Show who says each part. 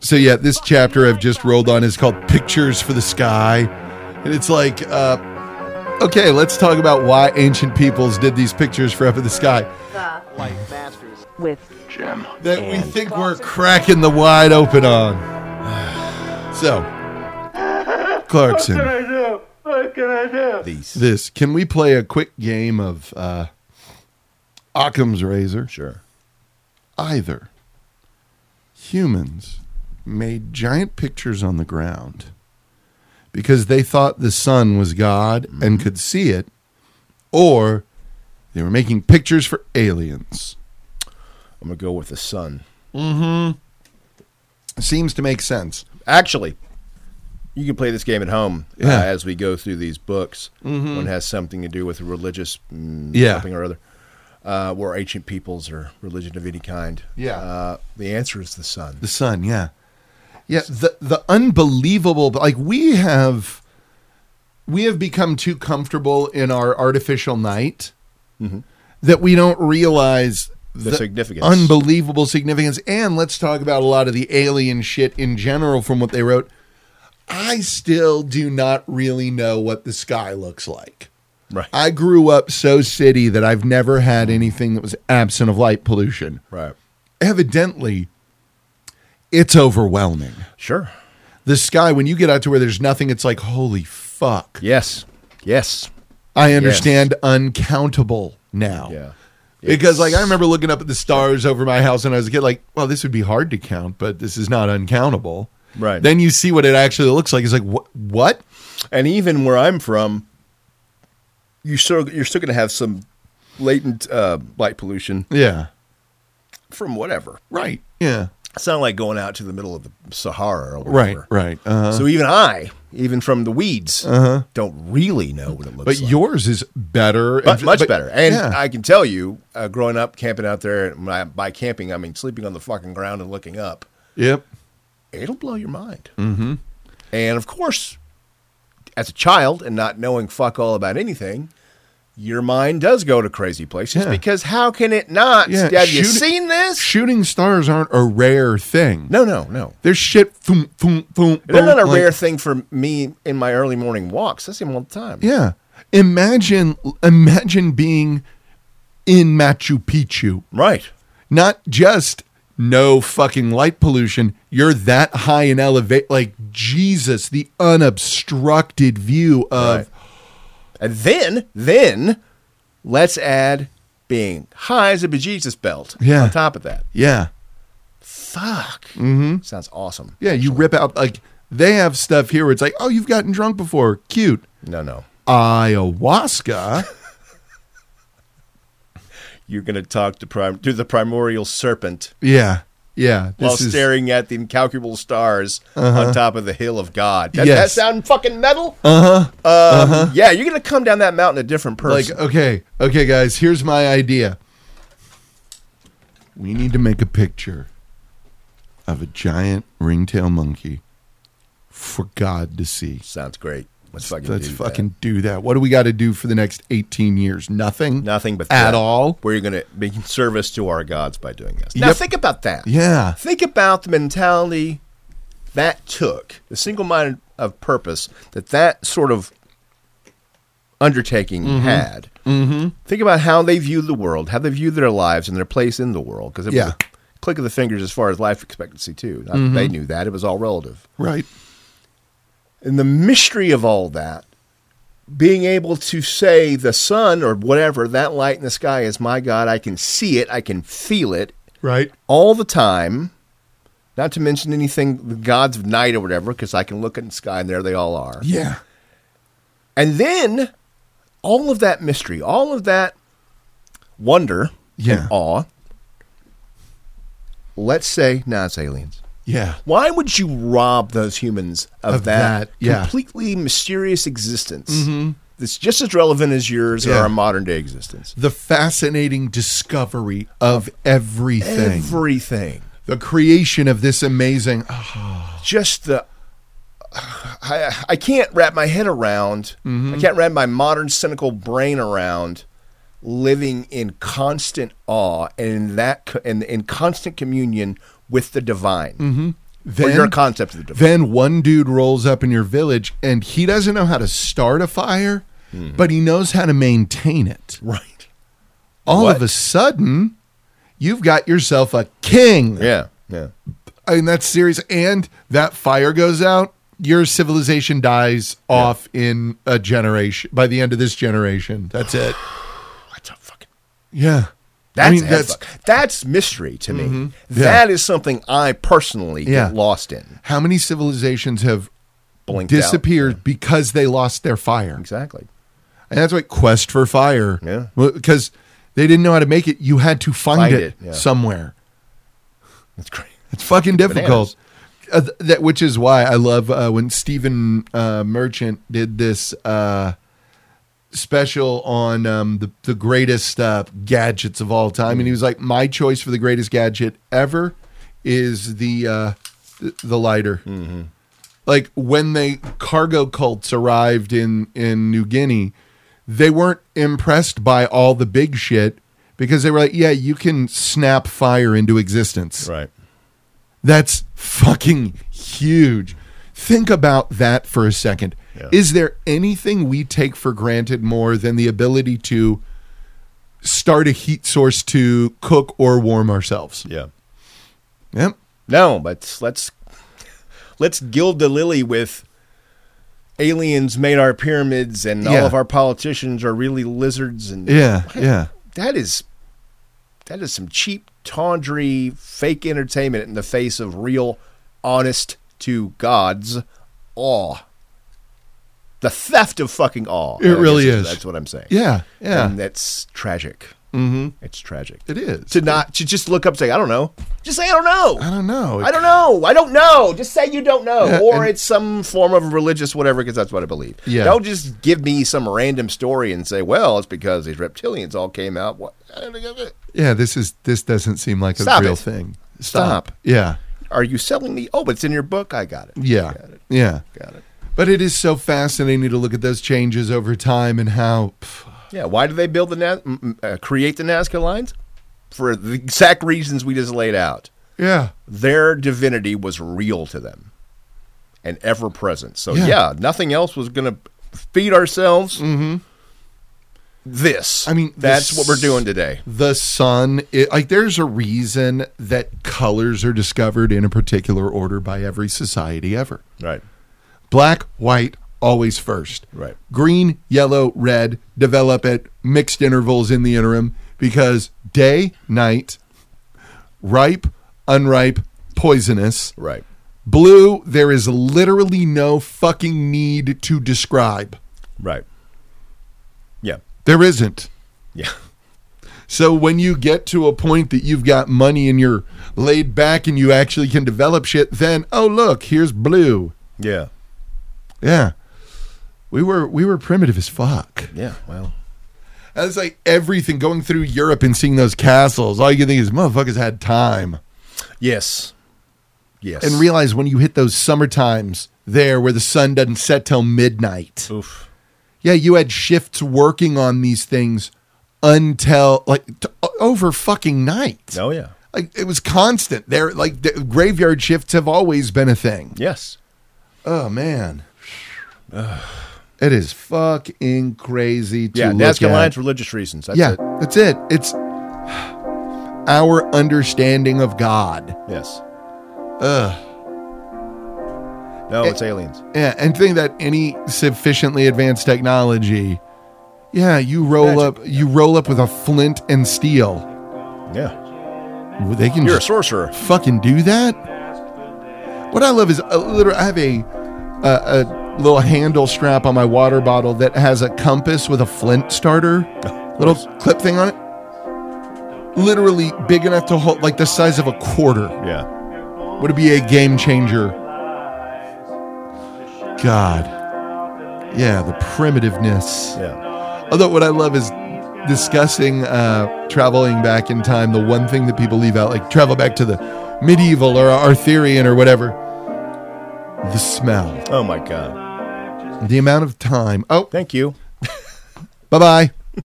Speaker 1: So yeah, this chapter I've just rolled on is called Pictures for the Sky. And it's like, uh, okay, let's talk about why ancient peoples did these pictures for up in the sky.
Speaker 2: with
Speaker 1: That we think we're cracking the wide open on. So Clarkson,
Speaker 3: These.
Speaker 1: this can we play a quick game of uh Occam's razor?
Speaker 3: Sure.
Speaker 1: either humans made giant pictures on the ground because they thought the sun was God and could see it, or they were making pictures for aliens.
Speaker 3: I'm going to go with the sun.
Speaker 1: Seems to make sense.
Speaker 3: Actually, you can play this game at home
Speaker 1: Yeah.
Speaker 3: uh,
Speaker 1: Mm-hmm.
Speaker 3: as we go through these books. One has something to do with religious mm,
Speaker 1: Yeah.
Speaker 3: something or other, uh, or ancient peoples or religion of any kind.
Speaker 1: Yeah.
Speaker 3: Uh, the answer is the sun.
Speaker 1: The sun, yeah. Yeah, the the unbelievable like we have we have become too comfortable in our artificial night that we don't realize
Speaker 3: Mm-hmm. The significance.
Speaker 1: unbelievable significance. And let's talk about a lot of the alien shit in general from what they wrote. I still do not really know what the sky looks like.
Speaker 3: Right.
Speaker 1: I grew up so city that I've never had anything that was absent of light pollution.
Speaker 3: right.
Speaker 1: Evidently, it's overwhelming.
Speaker 3: Sure.
Speaker 1: The sky, when you get out to where there's nothing, it's like, holy fuck.
Speaker 3: Yes. Yes.
Speaker 1: I understand uncountable now.
Speaker 3: Yeah.
Speaker 1: Because like I remember looking up at the stars over my house when I was a kid, like, well, this would be hard to count, but this is not uncountable.
Speaker 3: Right.
Speaker 1: Then you see what it actually looks like. It's like what? What?
Speaker 3: and even where I'm from, you still you're still going to have some latent uh, light pollution
Speaker 1: Yeah.
Speaker 3: from whatever.
Speaker 1: Right. Yeah.
Speaker 3: It's not like going out to the middle of the Sahara or
Speaker 1: Right.
Speaker 3: whatever.
Speaker 1: Right. Uh,
Speaker 3: So even I, even from the weeds, don't really know what it
Speaker 1: Uh-huh. but
Speaker 3: looks like.
Speaker 1: yours is better.
Speaker 3: but much
Speaker 1: but-
Speaker 3: better. And
Speaker 1: yeah.
Speaker 3: I can tell you, uh, growing up camping out there, and when I- by camping I mean sleeping on the fucking ground and looking up.
Speaker 1: Yep.
Speaker 3: It'll blow your mind. Mm-hmm. And of course, as a child and not knowing fuck all about anything, your mind does go to crazy places
Speaker 1: Yeah.
Speaker 3: because how can it not?
Speaker 1: Yeah,
Speaker 3: Have you
Speaker 1: shoot-
Speaker 3: seen this?
Speaker 1: Shooting stars aren't a rare thing.
Speaker 3: no, no, no.
Speaker 1: There's shit. Boom. Boom. Boom.
Speaker 3: They're not a
Speaker 1: boom, like-
Speaker 3: rare thing for me in my early morning walks. I see them all the time.
Speaker 1: Yeah. Imagine. Imagine being in Machu Picchu.
Speaker 3: Right.
Speaker 1: not just no fucking light pollution. You're that high in elevate, like Jesus, the unobstructed view of
Speaker 3: Right. And then, then let's add being high as a bejesus belt
Speaker 1: Yeah.
Speaker 3: on top of that.
Speaker 1: yeah,
Speaker 3: Fuck. Mm-hmm. Sounds awesome.
Speaker 1: yeah. You rip out like they have stuff here. Where it's like, oh, you've gotten drunk before, cute
Speaker 3: No, no.
Speaker 1: ayahuasca.
Speaker 3: You're going to talk to, prim- to the primordial serpent
Speaker 1: yeah, yeah. This
Speaker 3: while
Speaker 1: is- Uh-huh.
Speaker 3: staring at the incalculable stars on top of the hill of God. Does
Speaker 1: Yes. Uh-huh.
Speaker 3: that sound fucking metal? Uh-huh. Yeah, you're going to come down that mountain a different
Speaker 1: like, uh,
Speaker 3: person.
Speaker 1: okay, okay, guys. Here's my idea. We need to make a picture of a giant ringtail monkey for God to see.
Speaker 3: Sounds great. Let's fucking
Speaker 1: Let's
Speaker 3: do that.
Speaker 1: fucking do that. What do we got to do for the next 18 years? Nothing.
Speaker 3: Nothing but
Speaker 1: at
Speaker 3: that.
Speaker 1: all.
Speaker 3: We're going to be service to our gods by doing this. Now
Speaker 1: Yep.
Speaker 3: think about that.
Speaker 1: Yeah.
Speaker 3: Think about the mentality that took, the single minded of purpose that that sort of undertaking had. Mm-hmm. Think about how they view the world, how they view their lives and their place in the world. Because it
Speaker 1: Yeah.
Speaker 3: was a click of the fingers as far as life expectancy, too. Not that They knew that. It was all relative.
Speaker 1: Right.
Speaker 3: And the mystery of all that, being able to say the sun or whatever, that light in the sky is my God. I can see it, I can feel it
Speaker 1: Right.
Speaker 3: all the time. Not to mention anything, the gods of night or whatever, because I can look at the sky and there they all are.
Speaker 1: Yeah.
Speaker 3: And then all of that mystery, all of that wonder,
Speaker 1: Yeah.
Speaker 3: and awe. Let's say now it's aliens.
Speaker 1: Yeah.
Speaker 3: Why would you rob those humans of,
Speaker 1: Of
Speaker 3: that,
Speaker 1: that, yeah. Mm-hmm.
Speaker 3: completely mysterious existence that's just as relevant as yours or
Speaker 1: Yeah.
Speaker 3: our modern day existence?
Speaker 1: The fascinating discovery of everything.
Speaker 3: Everything.
Speaker 1: the creation of this amazing. Ah,
Speaker 3: just the I, I can't wrap my head around
Speaker 1: Mm-hmm.
Speaker 3: i can't wrap my modern cynical brain around living in constant awe and in that co- and in constant communion with the divine
Speaker 1: Mm-hmm. Then-
Speaker 3: or your concept of the divine.
Speaker 1: Then one dude rolls up in your village and he doesn't know how to start a fire, but he knows how to maintain it.
Speaker 3: Mm-hmm. right.
Speaker 1: All
Speaker 3: What?
Speaker 1: of a sudden, you've got yourself a king.
Speaker 3: Yeah. Yeah.
Speaker 1: I mean, that's serious. And that fire goes out, your civilization dies off in a generation. By the end of this generation, that's it.
Speaker 3: That's a fucking.
Speaker 1: Yeah.
Speaker 3: That's
Speaker 1: I mean,
Speaker 3: that's,
Speaker 1: that's Mm-hmm.
Speaker 3: that's mystery to me.
Speaker 1: Yeah.
Speaker 3: That is something I personally
Speaker 1: Yeah.
Speaker 3: get lost in.
Speaker 1: how many civilizations have
Speaker 3: Blinked out.
Speaker 1: disappeared because they lost their fire.
Speaker 3: Exactly.
Speaker 1: And that's like Quest for Fire.
Speaker 3: Yeah.
Speaker 1: Because they didn't know how to make it. You had to find,
Speaker 3: Find
Speaker 1: it,
Speaker 3: it, yeah.
Speaker 1: somewhere.
Speaker 3: That's great.
Speaker 1: It's fucking difficult. Uh, th- that which is why I love uh, when Stephen uh, Merchant did this uh, special on um, the the greatest uh, gadgets of all time, and he was like, "My choice for the greatest gadget ever is the uh, th- the lighter." Like when they cargo cults arrived in in New Guinea, they weren't impressed by all the big shit because they were like, "Yeah, you can snap fire into existence."
Speaker 3: Right.
Speaker 1: That's fucking huge. Think about that for a second.
Speaker 3: Yeah.
Speaker 1: Is there anything we take for granted more than the ability to start a heat source to cook or warm ourselves?
Speaker 3: Yeah.
Speaker 1: Yep.
Speaker 3: No, but let's let's gild the lily with aliens made our pyramids and
Speaker 1: Yeah.
Speaker 3: all of our politicians are really lizards and
Speaker 1: Yeah. Yeah.
Speaker 3: that is that is some cheap tawdry fake entertainment in the face of real honest to god's awe the theft of fucking awe
Speaker 1: It really is.
Speaker 3: that's what i'm saying
Speaker 1: Yeah. Yeah.
Speaker 3: and that's tragic mm-hmm. it's tragic
Speaker 1: it is.
Speaker 3: to not to just look up and say i don't know just say i don't know
Speaker 1: I don't know.
Speaker 3: I don't know. I don't know. Just say you don't know,
Speaker 1: Yeah,
Speaker 3: or
Speaker 1: and-
Speaker 3: it's some form of religious whatever, because that's what I believe.
Speaker 1: Yeah.
Speaker 3: Don't just give me some random story and say, "Well, it's because these reptilians all came out." What?
Speaker 1: Yeah. This is. This doesn't seem like a
Speaker 3: Stop
Speaker 1: real
Speaker 3: it.
Speaker 1: thing.
Speaker 3: Stop.
Speaker 1: Yeah.
Speaker 3: Are you selling me? Oh, but it's in your book. I got it.
Speaker 1: Yeah.
Speaker 3: Got it.
Speaker 1: Yeah.
Speaker 3: Got it.
Speaker 1: But it is so fascinating to look at those changes over time and how. pff,
Speaker 3: Yeah. Why do they build the Naz- m- m- uh, create the Nazca lines? For the exact reasons we just laid out.
Speaker 1: yeah.
Speaker 3: Their divinity was real to them, and ever present. So
Speaker 1: Yeah.
Speaker 3: yeah, nothing else was going to feed ourselves. This.
Speaker 1: Mm-hmm. I mean,
Speaker 3: that's
Speaker 1: this-
Speaker 3: what we're doing today.
Speaker 1: the sun it, like there's a reason that colors are discovered in a particular order by every society ever
Speaker 3: Right.
Speaker 1: black white always first
Speaker 3: Right.
Speaker 1: green yellow red develop at mixed intervals in the interim because day night ripe unripe poisonous
Speaker 3: Right.
Speaker 1: blue there is literally no fucking need to describe
Speaker 3: Right. Yeah.
Speaker 1: there isn't
Speaker 3: Yeah.
Speaker 1: So when you get to a point that you've got money and you're laid back and you actually can develop shit, then oh look, here's blue.
Speaker 3: Yeah.
Speaker 1: Yeah. We were we were primitive as fuck.
Speaker 3: Yeah. Well.
Speaker 1: That's like everything going through Europe and seeing those castles. All you can think is motherfuckers had time.
Speaker 3: Yes. Yes.
Speaker 1: And realize when you hit those summer times there where the sun doesn't set till midnight.
Speaker 3: Oof.
Speaker 1: Yeah, you had shifts working on these things until like t- over fucking night.
Speaker 3: Oh yeah.
Speaker 1: like it was constant there like the graveyard shifts have always been a thing
Speaker 3: Yes.
Speaker 1: oh man it is fucking crazy to
Speaker 3: Yeah.
Speaker 1: look
Speaker 3: Nazca
Speaker 1: at.
Speaker 3: lines, religious reasons. That's
Speaker 1: yeah
Speaker 3: It.
Speaker 1: that's it it's our understanding of god
Speaker 3: Yes. Ugh.
Speaker 1: Eh.
Speaker 3: No, it's aliens.
Speaker 1: yeah and think that any sufficiently advanced technology yeah you roll
Speaker 3: Magic.
Speaker 1: up you roll up with a flint and steel
Speaker 3: Yeah.
Speaker 1: they can
Speaker 3: You're a
Speaker 1: just
Speaker 3: sorcerer.
Speaker 1: fucking do that? What I love is a little. I have a, a a little handle strap on my water bottle that has a compass with a flint starter, little clip thing on it. Literally big enough to hold, like the size of a quarter.
Speaker 3: Yeah.
Speaker 1: Would it be a game changer? God, yeah, the primitiveness.
Speaker 3: Yeah.
Speaker 1: Although what I love is discussing uh, traveling back in time. The one thing that people leave out, like travel back to the medieval or Arthurian or whatever, the smell,
Speaker 3: Oh my God.
Speaker 1: the amount of time. Oh,
Speaker 3: Thank you.
Speaker 1: bye bye.